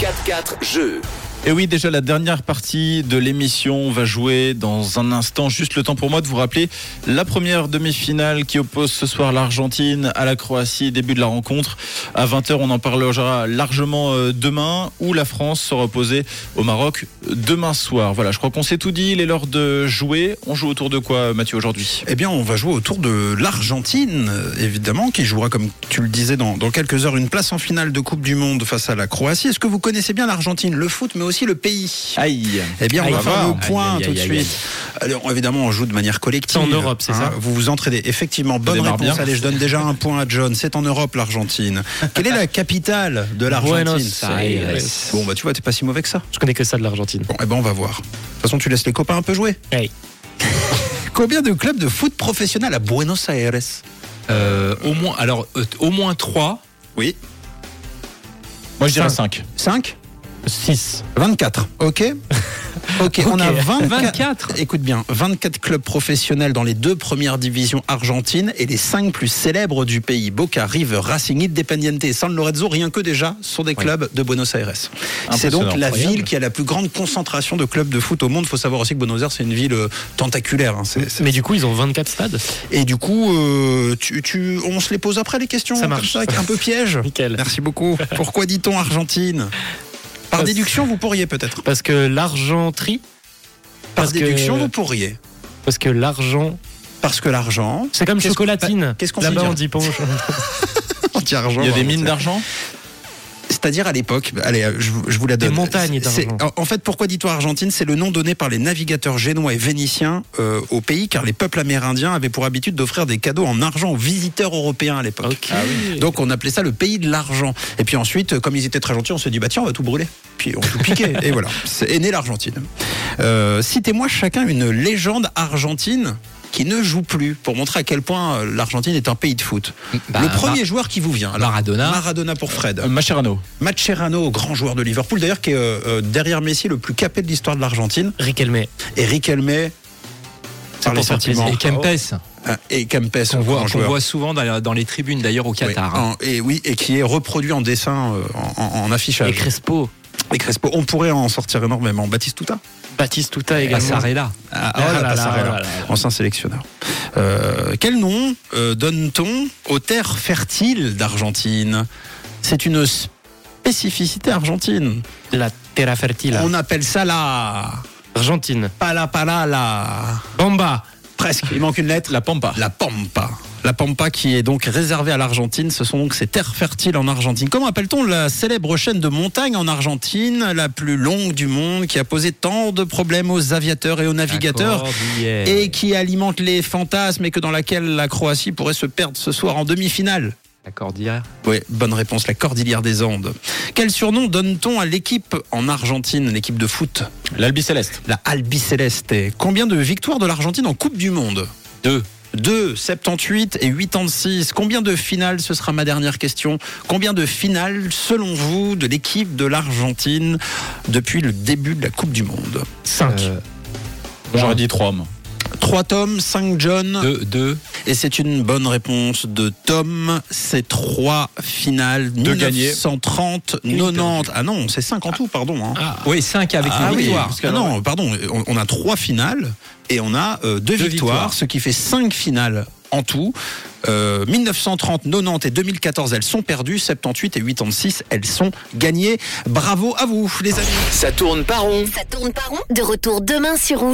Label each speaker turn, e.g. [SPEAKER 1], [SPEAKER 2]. [SPEAKER 1] 4 jeux.
[SPEAKER 2] Et oui, déjà la dernière partie de l'émission on va jouer dans un instant. Juste le temps pour moi de vous rappeler la première demi-finale qui oppose ce soir l'Argentine à la Croatie. Début de la rencontre à 20h, on en parlera largement euh, demain où la France sera opposée au Maroc demain soir. Voilà, je crois qu'on s'est tout dit. Il est l'heure de jouer. On joue autour de quoi, Mathieu, aujourd'hui
[SPEAKER 3] Eh bien, on va jouer autour de l'Argentine, euh, évidemment, qui jouera, comme tu le disais, dans, dans quelques heures, une place en finale de Coupe du Monde face à la Croatie. Est-ce que vous connaissez bien l'Argentine, le foot, mais aussi le pays
[SPEAKER 2] Aïe.
[SPEAKER 3] Eh bien, on
[SPEAKER 2] Aïe,
[SPEAKER 3] va
[SPEAKER 2] va
[SPEAKER 3] faire
[SPEAKER 2] voir.
[SPEAKER 3] le point
[SPEAKER 2] Aïe, aïe,
[SPEAKER 3] tout de
[SPEAKER 2] aïe, aïe.
[SPEAKER 3] suite. Alors, évidemment, on joue de manière collective. hein.
[SPEAKER 4] C'est en Europe, c'est ça
[SPEAKER 3] Vous vous entraidez. Effectivement, bonne
[SPEAKER 2] démarre
[SPEAKER 3] réponse.
[SPEAKER 2] bien.
[SPEAKER 3] Allez, je donne déjà un point à John. C'est en Europe, l'Argentine. Quelle est la capitale de l'Argentine
[SPEAKER 4] Buenos Aires.
[SPEAKER 3] Bon, bah, tu vois, t'es pas si mauvais que ça.
[SPEAKER 4] Je connais que ça de l'Argentine.
[SPEAKER 3] Bon, eh ben, on va voir. De toute façon, tu laisses les copains un peu jouer.
[SPEAKER 4] Hey.
[SPEAKER 3] Combien de clubs de foot professionnels à Buenos Aires
[SPEAKER 5] Euh, au moins, alors, euh, au moins 3.
[SPEAKER 3] Oui.
[SPEAKER 2] Moi, je dirais 5.
[SPEAKER 3] 5
[SPEAKER 4] 6.
[SPEAKER 3] 24. OK Ok, on a
[SPEAKER 4] Ok.
[SPEAKER 3] 24,
[SPEAKER 4] 24.
[SPEAKER 3] Écoute bien, 24 clubs professionnels dans les deux premières divisions argentines et les 5 plus célèbres du pays Boca, River, Racing, Independiente et San Lorenzo, rien que déjà, sont des clubs de Buenos Aires. C'est donc la
[SPEAKER 2] Incroyable.
[SPEAKER 3] ville qui a la plus grande concentration de clubs de foot au monde. Il faut savoir aussi que Buenos Aires, c'est une ville euh, tentaculaire. hein, c'est- c'est-
[SPEAKER 4] Mais du coup, ils ont 24 stades.
[SPEAKER 3] Et du coup, euh, tu, tu- on se les pose après les questions.
[SPEAKER 4] Ça
[SPEAKER 3] comme
[SPEAKER 4] marche.
[SPEAKER 3] ça, avec un peu piège.
[SPEAKER 4] Nickel.
[SPEAKER 3] Merci beaucoup. Pourquoi dit-on Argentine Par
[SPEAKER 4] Parce-
[SPEAKER 3] déduction, vous pourriez peut-être.
[SPEAKER 4] Parce que l'argenterie.
[SPEAKER 3] Par
[SPEAKER 4] Parce que-
[SPEAKER 3] déduction, vous pourriez.
[SPEAKER 4] Parce que l'argent.
[SPEAKER 3] Parce que l'argent,
[SPEAKER 4] C'est comme
[SPEAKER 3] Qu'est-ce
[SPEAKER 4] chocolatine.
[SPEAKER 3] qu'est-ce qu'on
[SPEAKER 4] Là-bas,
[SPEAKER 3] s'y
[SPEAKER 4] on dit ponche.
[SPEAKER 3] anti-argent.
[SPEAKER 2] Il y a des
[SPEAKER 3] vraiment,
[SPEAKER 2] mines
[SPEAKER 3] c'est-
[SPEAKER 2] d'argent
[SPEAKER 3] C'est-à-dire à l'époque, bah, allez, euh, je, vous- je vous la donne.
[SPEAKER 4] montagnes d'argent.
[SPEAKER 3] C'est- en- En fait, pourquoi dit-on Argentine C'est le nom donné par les navigateurs génois et vénitiens euh, au pays, car les peuples amérindiens avaient pour habitude d'offrir des cadeaux en argent aux visiteurs européens à l'époque. Ah
[SPEAKER 4] Ok.
[SPEAKER 3] Donc on appelait ça le pays de l'argent. Et puis ensuite, euh, comme ils étaient très gentils, on s'est dit bah tiens, on va tout brûler. Puis on tout piquait. et voilà, c'est est née l'Argentine. Euh, Citez-moi chacun une légende argentine qui ne joue plus pour montrer à quel point euh, l'Argentine est un pays de foot.
[SPEAKER 5] Bah,
[SPEAKER 3] le premier joueur qui vous vient. alors,
[SPEAKER 5] Maradona.
[SPEAKER 3] Maradona pour Fred.
[SPEAKER 2] Euh, Mascherano.
[SPEAKER 3] Mascherano, grand joueur de Liverpool, d'ailleurs qui est euh, euh, derrière Messi le plus capé de l'histoire de l'Argentine.
[SPEAKER 4] Riquelme.
[SPEAKER 3] Et Riquelme. Par les
[SPEAKER 4] pour faire
[SPEAKER 3] sentiments.
[SPEAKER 5] Et
[SPEAKER 4] plaisir.
[SPEAKER 5] Kempes,
[SPEAKER 3] Ah, Et Kempes,
[SPEAKER 5] qu'on
[SPEAKER 3] grand
[SPEAKER 5] voit, qu'on
[SPEAKER 3] joueur.
[SPEAKER 5] voit souvent dans, dans les tribunes d'ailleurs au Qatar.
[SPEAKER 3] Oui,
[SPEAKER 5] hein.
[SPEAKER 3] en- et oui, et qui est reproduit en dessin, euh, en, en- en affichage.
[SPEAKER 4] Et Crespo.
[SPEAKER 3] Et Crespo, on pourrait en sortir énormément. Baptiste Touta
[SPEAKER 4] Baptiste Touta
[SPEAKER 5] Et
[SPEAKER 4] également.
[SPEAKER 5] Passarella.
[SPEAKER 3] Ah,
[SPEAKER 4] ah, là, là,
[SPEAKER 3] Passarella.
[SPEAKER 4] là, là, là.
[SPEAKER 3] Ancien sélectionneur. Euh, quel nom euh, donne-t-on aux terres fertiles d'Argentine C'est une spécificité argentine.
[SPEAKER 4] La Terra Fertile.
[SPEAKER 3] On appelle ça la
[SPEAKER 4] Argentine.
[SPEAKER 3] palapalala.
[SPEAKER 4] Bamba.
[SPEAKER 3] Presque, il manque une lettre.
[SPEAKER 2] La Pampa.
[SPEAKER 3] La Pampa. La Pampa qui est donc réservée à l'Argentine, ce sont donc ces terres fertiles en Argentine. Comment appelle-t-on la célèbre chaîne de montagnes en Argentine, la plus longue du monde, qui a posé tant de problèmes aux aviateurs et aux navigateurs
[SPEAKER 5] Cordillère.
[SPEAKER 3] et qui alimente les fantasmes et que dans laquelle la Croatie pourrait se perdre ce soir en demi-finale
[SPEAKER 5] La Cordillère.
[SPEAKER 3] oui, bonne réponse, la Cordillère des Andes. Quel surnom donne-t-on à l'équipe en Argentine, l'équipe de foot
[SPEAKER 2] L'Albi Céleste.
[SPEAKER 3] la Albiceleste. Combien de victoires de l'Argentine en Coupe du Monde
[SPEAKER 5] Deux.
[SPEAKER 3] 2, 78 et 86. Combien de finales Ce sera ma dernière question. Combien de finales, selon vous, de l'équipe de l'Argentine depuis le début de la Coupe du Monde
[SPEAKER 4] 5.
[SPEAKER 5] Euh,
[SPEAKER 2] J'aurais dit 3, moi.
[SPEAKER 3] 3 tomes, 5 John.
[SPEAKER 5] deux, deux.
[SPEAKER 3] Et c'est une bonne réponse de Tom. C'est 3 finales.
[SPEAKER 2] Deux gagnés.
[SPEAKER 3] 130, 90. Ah non, c'est 5 en tout, pardon. hein.
[SPEAKER 5] Oui, 5 avec
[SPEAKER 3] Ah
[SPEAKER 5] une
[SPEAKER 3] oui,
[SPEAKER 5] victoire.
[SPEAKER 3] parce que- ah non, pardon, on, on a trois finales et on a euh, deux, victoires,
[SPEAKER 5] victoires.
[SPEAKER 3] ce qui fait cinq finales en tout. Euh, 1930, 90 et 2014, elles sont perdues. 78 et 86, elles sont gagnées. Bravo à vous, les amis.
[SPEAKER 1] Ça tourne pas rond.
[SPEAKER 6] Ça tourne pas rond. De retour demain sur Rouge.